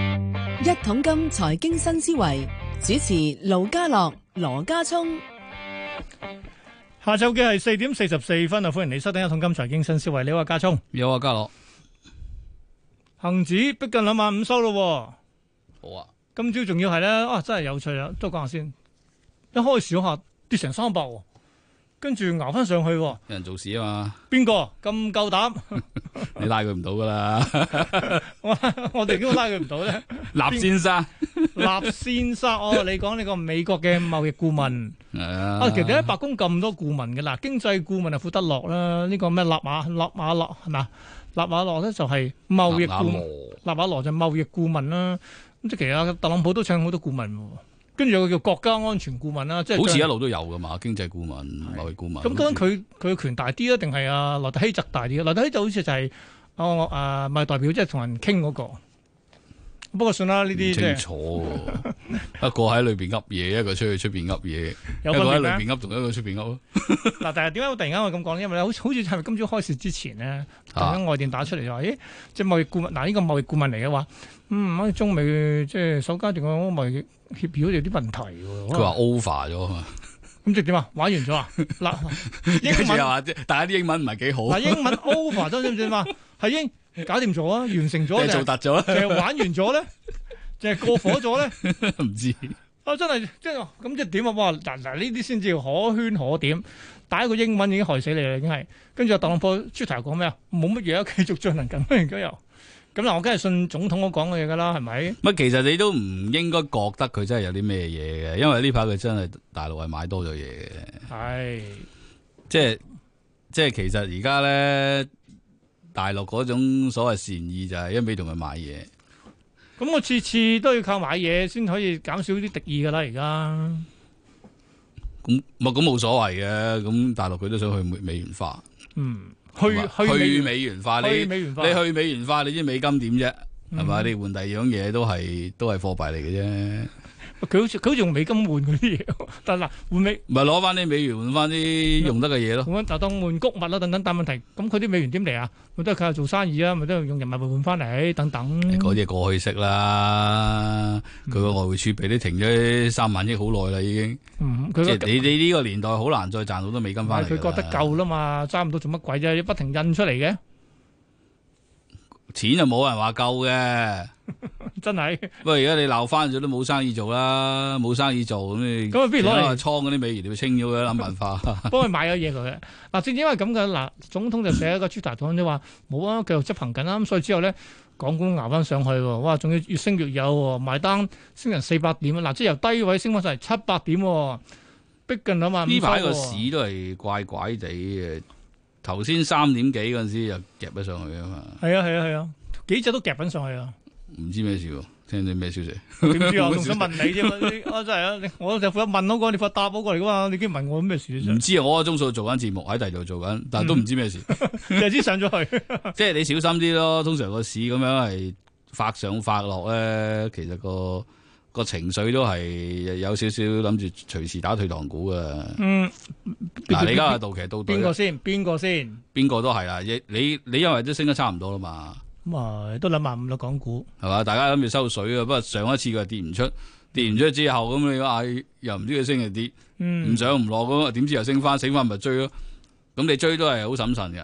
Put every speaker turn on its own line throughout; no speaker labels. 一桶金財經新思維主持盧家樂、羅家聰。
下晝嘅係四點四十四分啊！歡迎你收聽《一桶金財經新思維》，你話家聰，
有啊，家樂，
恒指逼近兩萬啊五收咯
好
喎，
啊，
今朝仲要係咧啊，真係有趣啦！都講下先，一開市嗰下跌成三百喎，跟住熬翻上去喎，
有人做事啊嘛，
邊個咁夠膽？
你拉佢唔到噶啦，
我哋點解拉佢唔到咧？
立先生，
立先生，哦，你講呢個美國嘅貿易顧問啊，
啊
其實喺白宮咁多顧問嘅嗱，經濟顧問係庫德洛啦，呢個咩納馬納馬洛係咪？納馬洛咧就係貿易顧問。納瓦羅就貿易顧問啦，咁即係其實特朗普都請好多顧問喎，跟住有個叫國家安全顧問啦，即係
好似一路都有噶嘛，經濟顧問、貿易顧問，
咁究竟佢佢嘅權大啲啊，定係啊萊特希澤大啲啊？萊特希澤好似就係哦啊咪代表即係同人傾嗰個，不過算啦，呢
唔
啲即
清
係
楚喎，一個喺裏邊噏嘢，一個出去出邊噏嘢，
有
一
分
個喺
別
裏
啦。
邊噏，同一個出邊噏咯。
嗱，但係點解我突然間會咁講呢？因為咧，好似好似係咪今朝開市之前咧，
啊
突然間外電打出嚟就話，咦，即係貿易顧問，嗱呢個貿易顧問嚟嘅話，嗯，好似中美即係首階段嘅貿易協議有啲問題喎。
佢話 over 咗啊嘛，
咁即係點啊？玩完咗 啊？嗱，
跟住
英
又
文
話，大家啲英文唔係幾好，
嗱英文 over 咗，知唔知 嘛？係英搞掂咗啊，完成
即
咗
係做
就
突咗
就係玩完咗咧，就係過火咗咧。
啦， 唔知
啊，真係即係咁即係點啊？哇！嗱嗱，呢啲先至可圈可點。打一個英文已經害死你啦，已經係。跟住特朗普 Twitter 講咩啊？冇乜嘢啊，繼續進行緊。而家又咁嗱，我梗係信總統我講嘅嘢㗎啦，係咪？
乜其實你都唔應該覺得佢真係有啲咩嘢嘅，因為呢排佢真係大陸係買多咗嘢嘅。
係
即係即係其實而家咧，大陸嗰種所謂善意就係一味同佢買嘢，
咁，我次次都要靠買嘢先可以減少啲敵意㗎啦。而家
咁冇咁冇所謂嘅，咁大陸佢都想去美美元化，
嗯，去去美
去
元
美元化，你
去美元化，
你去美元化，你知美金點啫？係咪？
嗯
你換第二樣嘢都係都係貨幣嚟嘅啫，
佢好似佢好似用美金換嗰啲嘢喎，但嗱換美
咪攞翻啲美元換翻啲用得嘅嘢咯。
咁就當換谷物啦等等，但問題咁佢啲美元點嚟啊？咪都係靠做生意啊，咪都係用人民幣換翻嚟等等。
嗰啲係過去式啦，佢個外匯儲備都停咗三萬億好耐啦，已經。
嗯，佢
即
覺
係你你呢個年代好難再賺好多美金翻
佢
嚟㗎啦。
覺得夠啦嘛，揸唔到做乜鬼啫？不停印出嚟嘅，
錢就冇人話夠嘅。
真係
不過而家你鬧翻咗都冇生意做啦，冇生意做咁你
咁啊不如攞嚟
其他倉嗰啲美元你咪清咗佢啦，諗辦 法。
幫佢買咗嘢佢。嗱，正因為咁嘅嗱，總統就寫一個 Twitter 講咗話冇啊，繼續執行緊啦。咁所以之後咧，港股捱翻上去喎，哇，仲要越升越有喎，埋單升人四百點啊！嗱，即係由低位升翻上嚟七百點喎，逼近兩萬五
呢排
收
個
喎
市都係怪怪地嘅，頭先三點幾嗰陣時就夾咗上去啊嘛，
係啊係啊係啊，幾隻都夾緊上去 啊！
唔知咩事喎，聽到咩消息？
點知啊？我仲想問你啫嘛，你 我真係啊！你我就負責問嗰個，你負責答嗰個嚟噶嘛？你竟然問我咩事啫
唔？知啊，我個鐘數做緊節目喺第二度做緊，但係
嗯
都唔知咩事。
就知上咗 去，
即係你小心啲咯，通常個市咁樣係發上發落咧，其實個個情緒都係有少少諗住隨時打退堂鼓噶。
嗯，
嗱，你而家到期到隊
邊個先？邊個先？
邊個都係啦，你你你因為都升得差唔多啦嘛，
咁啊，都兩萬五啦，港股。
係嘛？大家諗住收水啊，不過上一次佢跌唔出，跌唔出之後咁你話唉又唔知佢升定跌，唔
嗯，
上唔落咁啊，點知又升翻，升翻咪追咯。咁你追都係好審慎嘅，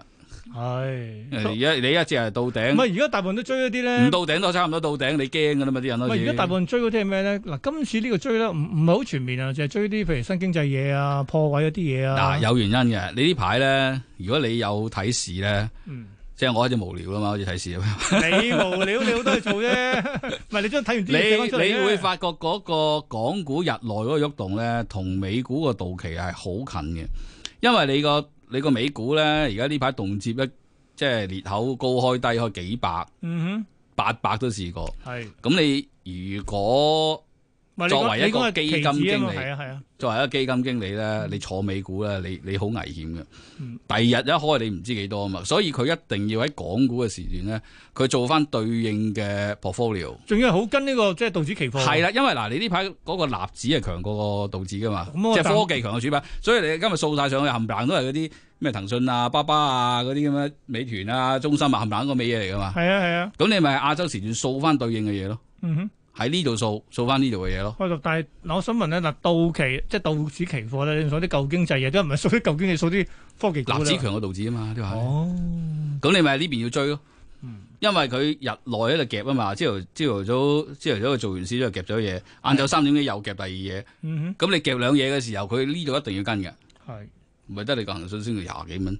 係。
而
唔
家你一隻係到頂，
係而家大部分都追嗰啲咧
嗯唔。到頂都差唔多到頂，你驚㗎啦嘛啲人
唔
開
係而
始
家大部分追嗰啲係咩咧？嗱，今次呢個追咧，唔唔係好全面啊，就係追啲譬如新經濟嘢啊、破位嗰啲嘢啊。
嗱有原因嘅，你呢排咧，如果你有睇市咧，
嗯
即係我開始無聊啦嘛，開始睇市咁樣。
你無聊，你好多嘢 做啫。唔係你將睇完啲嘢寫翻
你
出嚟
你
啫
會發覺嗰個港股日內嗰個喐動咧，同美股個到期係好近嘅，因為你個你個美股咧，而家呢排動接一即係裂口高開低開幾百
嗯
八百都試過。
哼，係。
咁你如果
唔係你
作
講
為一
你
個
講係
基
期
金
指啊
經
嘛
理
係啊係啊。
作為一個基金經理咧，你坐美股咧，你你好危險嘅。
嗯
第二日一開你唔知幾多啊嘛，所以佢一定要喺港股嘅時段咧，佢做翻對應嘅 portfolio。
仲要係好跟呢、個即係道指期貨。
係啦，因為嗱，你呢排嗰個納指係強過個道指噶嘛，
咁我
即係
暫
科技強過主板，所以你今日掃晒上去冚唪唥都係嗰啲咩騰訊啊、巴巴啊嗰啲咁樣美團啊、中心啊冚唪唥個美嘢嚟噶嘛，
係啊係啊，
咁你咪亞洲時段掃翻對應嘅嘢咯，
嗯哼，
喺呢度數數翻呢度嘅嘢咯。
開但係嗱，我想問咧，嗱，道期即係道指期貨咧，你數啲舊經濟嘢，都唔係數啲舊經濟，數啲科技股
納指
啦。
強過道指啊嘛，你話
哦，嗯
咁你咪喺呢邊要追咯。因為佢日內喺度夾啊嘛，朝頭朝頭早朝頭早佢做完事之後夾咗嘢，晏晝三點幾又夾第二嘢，
嗯
咁你夾兩嘢嘅時候，佢呢度一定要跟嘅，
哼，係
唔係得你個恒信升到廿幾蚊，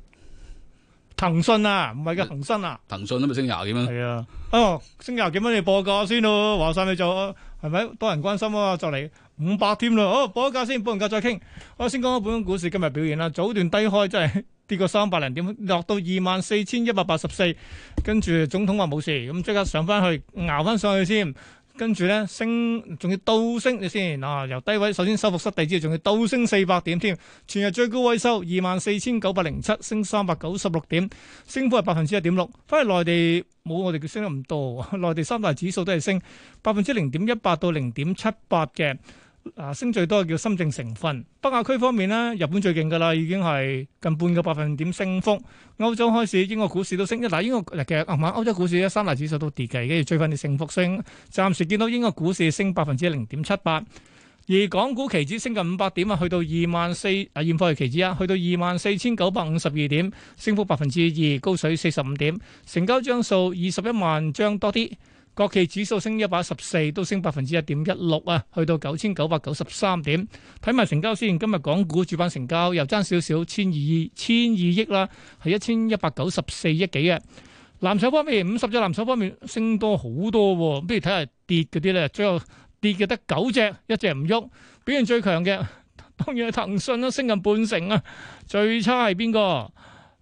騰訊啊，唔係嘅恒生啊，
騰訊都咪升廿幾蚊，
係啊，哦，升廿幾蚊你報個價先咯，話晒你就係咪多人關心啊？就嚟五百添啦，哦，報咗價先，報完價再傾。我先講下本港股市今日表現啦，早段低開真係跌過三百零點，落到二萬四千一百八十四，跟住總統話冇事，咁即刻上翻去，熬翻上去先。跟住咧升，仲要倒升你先啊！由低位首先收復失地之後，仲要倒升四百點添。全日最高位收二萬四千九百零七，升三百九十六點，升幅係百分之一點六。反而內地冇我哋升得咁多， 內地三大指數都係升百分之零點一八到零點七八嘅。啊，升最多嘅叫深證成分。北亞區方面呢，日本最勁㗎啦，已經係近半個百分點升幅。歐洲開市，英國股市都升。一嗱，英國其實琴晚歐洲股市咧，三大指數都跌嘅，跟住追翻啲升幅升。暫時見到英國股市升百分之零點七八，而港股期指升近五百點啊，去到二萬四啊，現貨期指啊，去到二萬四千九百五十二點，升幅百分之二，高水四十五點，成交張數二十一萬張多啲。國企指數升一百一十四，都升百分之一點一六啊，去到九千九百九十三點。睇埋成交先，今日港股主板成交又爭少少，千二千二億啦，係一千一百九十四億幾嘅。藍籌方面，五十隻藍籌方面升多好多喎，不如睇下跌嗰啲咧，最後跌嘅得九隻，一隻唔喐。表現最強嘅當然係騰訊啦，升近半成啊。最差係邊個？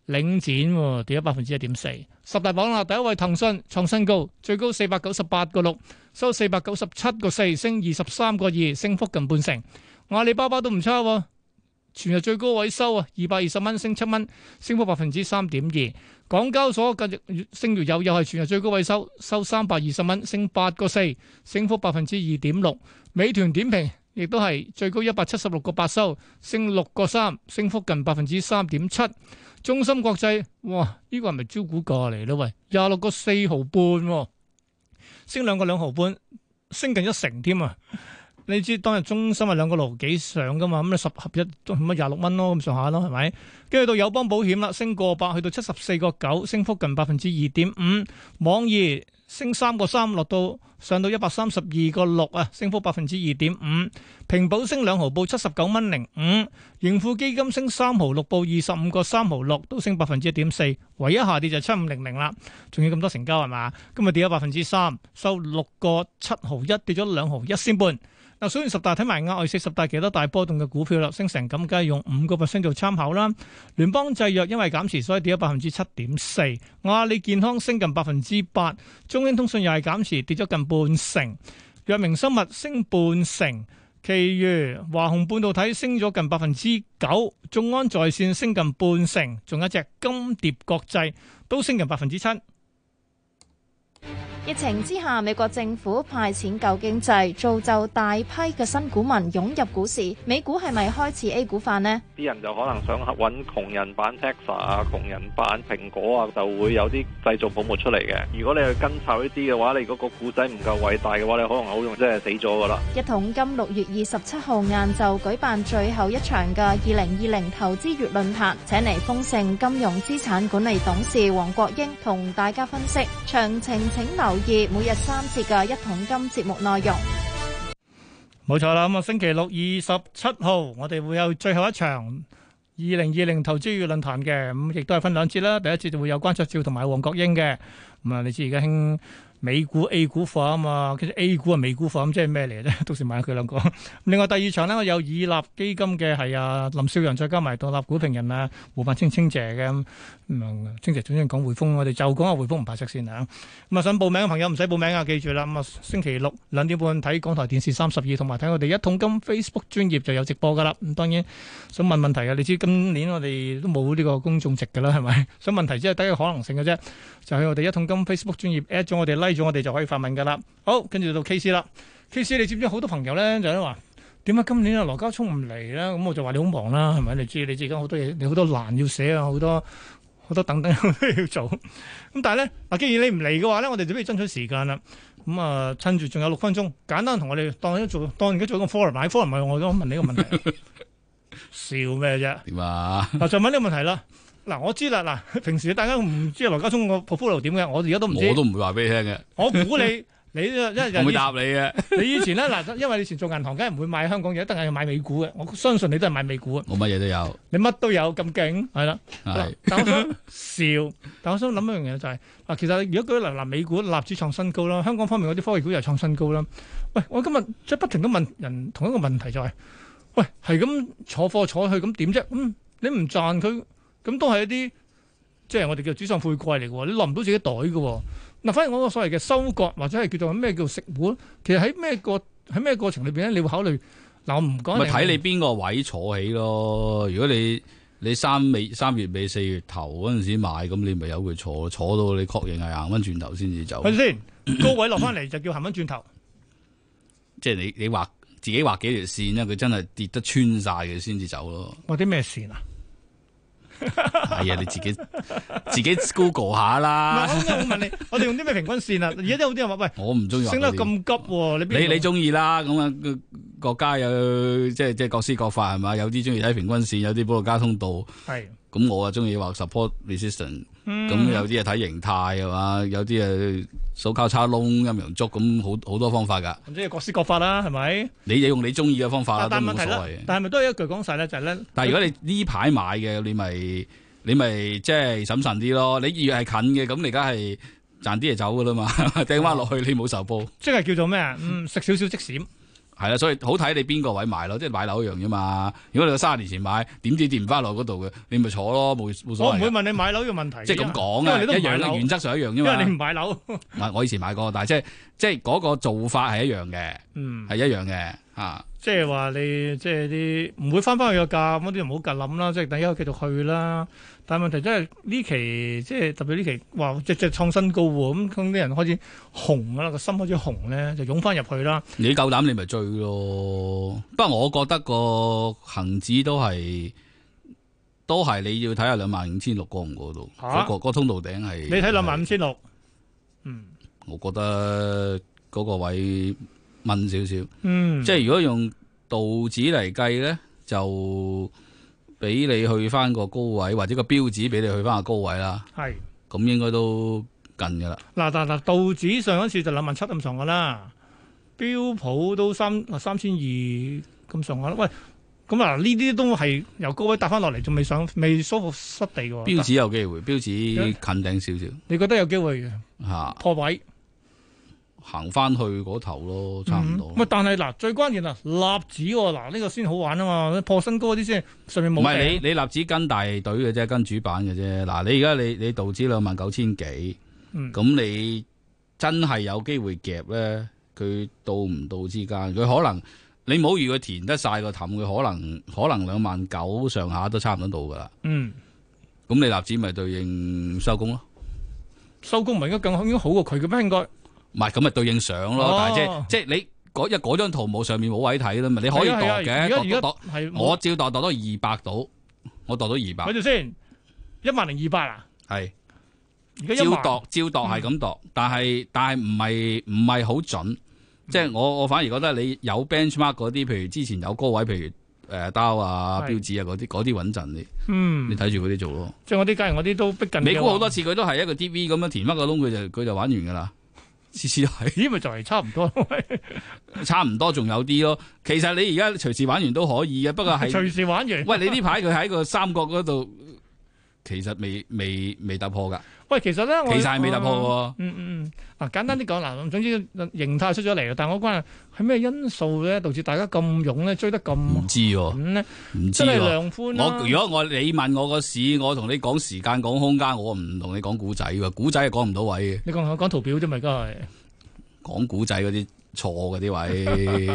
領展喎，跌咗百分之一點四。十大榜啦，第一位騰訊創新高，最高四百九十八個六，收四百九十七個四，升二十三個二，升幅近半成。阿里巴巴都唔差喎，全日最高位收啊，二百二十蚊，升七蚊，升幅百分之三點二。港交所近日升完又又係全日最高位收，收三百二十蚊，升八個四，升幅百分之二點六。美團點評亦都係最高一百七十六個八收，升六個三，升幅近百分之三點七。中芯國際，哇！呢、個係咪招股價嚟咧？喂，廿六個四毫半喎，升兩個兩毫半，升近一成添啊！你知當日中芯係兩個六毫幾上噶嘛？咁你十合一都咁啊廿六蚊咯，咁上下咯，係咪？跟住到友邦保險啦，升過百，去到七十四個九，升幅近百分之二點五。網易升三個三，落到上到一百三十二個六啊，升幅百分之二點五。平保升兩毫，報七十九蚊零五。盈富基金升三毫六，報二十五個三毫六，都升百分之一點四。唯一下跌就七五零零啦，仲要咁多成交係嘛？今日跌咗百分之三，收六個七毫一，跌咗兩毫一先半。嗱，數完十大睇埋額外四十大其他大波動嘅股票啦，升成咁，梗係用五個 percent 做參考啦。聯邦製藥因為減持，所以跌咗百分之七點四。阿里健康升近百分之八，中英通訊又係減持，跌咗近半成。藥明生物升半成。其餘華虹半導體升咗近百分之九，眾安在線升近半成，仲有一隻金蝶國際都升近百分之七。
疫情之下，美國政府派錢救經濟，造就大批嘅新股民湧入股市。美股係咪開始 A 股化呢？
啲人就可能想揾窮人版 Tesla 啊、窮人版蘋果啊，就會有啲製造泡沫出嚟嘅。如果你去跟炒呢啲嘅話，你嗰個故仔唔夠偉大嘅話，你可能好容易真係死咗噶啦。
一桶金六月二十七號晏晝舉辦最後一場嘅二零二零投資月論壇，請嚟豐盛金融資產管理董事黃國英同大家分析。詳情請留意每日三節嘅一桶金節目內容。
冇錯啦，咁啊星期六二十七號，我哋會有最後一場二零二零投資月論壇嘅，咁亦都係分兩節啦。第一節就會有關卓照同埋黃國英嘅，咁啊你知而家興美股 A 股化啊嘛，其實 A 股啊美股化咁即係咩嚟咧？ 到時問下佢兩個。另外第二場咧，我有以立基金嘅係啊林少陽，再加埋獨立股評人啊胡萬清清姐嘅，咁、嗯、清姐總之講匯豐，我哋就講下匯豐唔排斥先啊。咁啊，想報名嘅朋友唔使報名啊，記住啦。咁啊，星期六兩點半睇港台電視三十二，同埋睇我哋一桶金 Facebook 專頁就有直播噶啦。咁當然想問問題嘅，你知今年我哋都冇呢個公眾席噶啦，係咪？ 想問題只係得一個可能性嘅啫，就去我哋一桶金 Facebook 專頁 at 咗我哋 like 咗我哋就可以發問噶啦。好，跟住到 K C 啦，K C 你知唔知好多朋友咧就咧話點解今年啊羅家聰唔嚟咧？咁我就話你好忙啦，係咪？你知你知而家好多嘢，你好多欄要寫啊，好多。好多等等 都要做。咁但係咧，嗱，既然你唔嚟嘅話咧，我哋就不如爭取時間啦。咁、啊，趁住仲有六分鐘，簡單同我哋當一做，當而家做一個 forum，喺 forum 咪我都問你一個問題， 笑咩啫？
點啊？
嗱，再問呢個問題啦。嗱，我知啦，嗱， 平時大家唔知啊羅家聰個 portfolio 點嘅，我而家都唔知
我。都唔會話俾你聽嘅，
我估你， 你都因為
我會答你嘅。
你以前咧嗱， 因為你以前做銀行，梗係唔會買香港嘢，一定係買美股嘅。我相信你都係買美股嘅，
我乜嘢都有，
你乜都有咁勁，係啦。嗱
係
但我想笑，但我想諗一樣嘢就係、嗱，其實如果舉例嗱，美股納指創新高啦，香港方面嗰啲科技股又創新高啦。喂，我今日即係不停咁問人同一個問題就係、喂，係咁坐貨坐去咁點啫？咁、你唔賺佢，咁都係一啲即係我哋叫紙上富貴嚟嘅喎，你落唔到自己袋嘅喎。嗱，反而我個所謂嘅收割或者係叫做咩叫食碗，其實喺咩個喺咩過程裏邊咧，你會考慮嗱，我唔講
咪睇你邊個位坐起咯。如果你你三尾三月尾四月頭嗰陣時買，咁你咪由佢坐，坐到你確認係行翻轉頭先至走
係。咪先高位落翻嚟就叫行翻轉頭。
即係你你畫自己畫幾條線咧，佢真係跌得穿晒佢先至 走咯。
我啲咩線啊？
係啊，你自己自己 Google 下啦。
嗱，我 我問你，我哋用啲咩平均線啊？而家都有啲人話喂，
我唔中意畫
升得
嗰啲
咁急喎，你邊
你
度
你中意啦，咁啊個國家有即係即係各施各法係嘛，有啲中意睇平均線，有啲保路交通道，
係
咁我啊中意畫 support resistance，咁、
嗯
有啲啊睇形態係嘛，有啲啊數交叉窿、陰陽燭，咁好好多方法㗎。
唔知各施各法啦，係咪？
你就用你中意嘅方法啦，
但
都
但
冇
問題
所
啦
謂，嘅。
但係咪都係一句講晒咧，就係咧，
但係如果你呢排買嘅，你咪你咪即係審慎啲咯。你越係近嘅，咁你而家係賺啲嘢走㗎啦嘛， 掟翻落去你冇受報。
即係叫做咩啊？嗯，食少少即閃。
係啦，所以好睇你邊個位買咯，即係買樓一樣啫嘛。如果你三十年前買，點知跌唔翻落嗰度嘅，你咪坐咯，冇冇
我
所
唔
謂
會
嘅。
問你買樓嘅問題，
即係咁講
因
啊，
為你都唔
一
買
樣啦，
樓
原則上一樣
因
啫
為你唔
嘛。
買樓。
唔係我以前買過，但係即係即係嗰個做法係一樣嘅，
嗯，
係一樣嘅啊嚇。
即係話你即係啲唔會翻翻去個價，咁啲唔好夾諗啦，即係等一繼續去啦。但係問題真係呢期即係特別呢期，哇！隻隻創新高喎，咁咁啲人開始紅啦，個心開始紅咧，就湧翻入去啦。
你夠膽你咪追咯。不過我覺得個恒指都係都係你要睇下兩萬五千六過唔過到
嚇
嗰個嗰個通道頂係。
你睇兩萬五千六，嗯
我覺得嗰個位問少少。
嗯，
即係如果用道指嚟計咧，就俾你去翻個高位，或者個標指俾你去翻個高位啦，
係
咁應該都近噶啦。
嗱嗱嗱，道指上一次就兩萬七咁上下啦，標普都三三千二咁上下啦。喂，咁啊嗱呢啲都係由高位搭翻落嚟，仲未上未收復失地嘅喎。
標指有機會，標指近頂少
你覺得有機會
少嚇，
破位？
行翻去嗰頭咯，差唔多
嗯。喂，但係嗱，最關鍵嗱，納指喎，嗱呢個先好玩啊嘛，破新高嗰啲先上面
唔
冇
係
頂。
你你立指跟大隊嘅啫，跟主板嘅啫。嗱，你而家你你道指兩萬九千幾，
嗯
咁你真係有機會夾咧，佢到唔到之間，佢可能你唔好預佢填得晒個氹，佢可能可能兩萬九上下都差唔多到噶啦。
嗯，
咁你立指咪對應收工咯，
收工唔係應該更應該好過佢嘅咩？應該
唔係咁咪對應上咯。但
哦
係即即係你嗰一嗰張圖冇上面冇位睇啦嘛，你可以度
係啊係啊而
嘅，
家
度
而
度
家
度啊
係冇
我照度度到二百度，我度到二
睇
百
住先，一萬零二百啊！
係。
而家
照
一萬嗯
度照度係咁度，但係但係唔係唔係好準，即
嗯
係我我反而覺得你有 benchmark 嗰啲，譬如之前有高位，譬如誒刀啊、
係
標指啊嗰啲，嗰啲穩陣啲，
嗯
你，睇住嗰啲做咯。
即係我啲假如我啲都逼近
美
嘅
股
話
好多次佢都係一個 DV 咁樣填翻個窿，佢就佢就玩完噶啦，次次都係
咦，咪就係差唔多咯，
差唔多，仲有啲咯。其實你而家隨時玩完都可以嘅，不過 係
隨時玩完。
喂你呢排佢喺個三角嗰度，其實未未未突破㗎，
喂，其實咧，我
其實係未突破喎。
嗯嗯嗯，嗱簡單啲講，嗱總之形態出咗嚟啦，但我關係係咩因素咧，導致大家咁勇咧，追得咁
唔知喎，
狠咧，
唔知
真係
喎。
量寬啦。
我如果我你問我個市，我同你講時間講空間，我唔同你講古仔㗎，古仔係講唔到位嘅，
你講講圖表啫嘛，而家係
講古仔嗰啲錯嘅啲 位。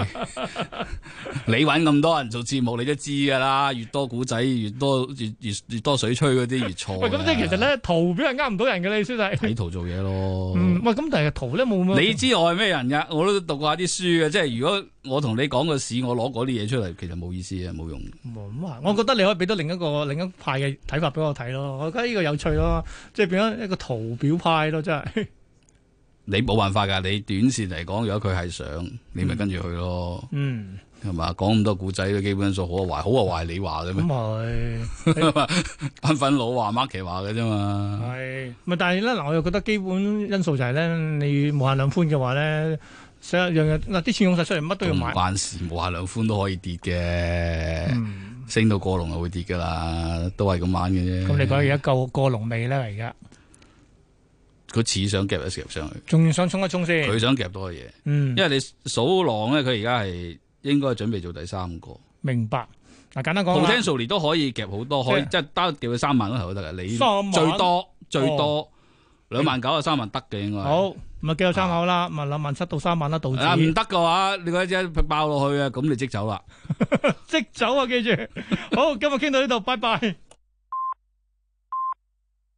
你揾咁多人做節目，你都知㗎啦。越多古仔，越多越越越多水吹嗰啲越錯㗎。
喂，咁即係其實咧，圖表係呃唔到人嘅，你小弟。
睇圖做嘢咯。
嗯，喂，咁但係圖咧冇乜。
你知我係咩人㗎？我都讀過下啲書嘅，即係如果我同你講個市，我攞嗰啲嘢出嚟，其實冇意思嘅，冇用。
咁啊，我覺得你可以俾到另一個另一派嘅睇法俾我睇咯，我覺得呢個有趣咯，即係變咗一個圖表派咯，真係。
你冇辦法㗎，你短線嚟講，如果佢係想，你咪跟住佢咯，
嗯，
係嘛、講咁多古仔都基本數好啊壞，好啊壞你話嘅
咁
咩？
係
班粉佬話 market 話嘅啫嘛。
係，咪但係咧嗱，我又覺得基本因素就係咧，你無限量寬嘅話咧，成日樣樣嗱啲錢湧晒出嚟，乜都
都
要
唔
買。
關事，無限量寬都可以跌嘅，
嗯，
升到過龍就會跌㗎啦，都係咁玩嘅啫。
咁你覺得而家夠過龍未咧？而家
佢似想夾一夾上去，
仲想衝一衝先
佢。想夾多嘢，
嗯
因，為你數浪咧，佢而家係應該準備做第三個。
明白。嗱，簡單講啦，
potential 都可以夾好多，可以
即
即係單掉佢三萬嗰頭都得嘅。你
三萬哦
最多最多兩萬九啊三萬得嘅應該係。
好，咪幾有參考啦，咪兩萬七到三萬啦，道
啊唔
指
得嘅話，你嗰只爆落去啊，咁你即走啦。
即走啊，記住。好，今日傾到呢度，拜拜。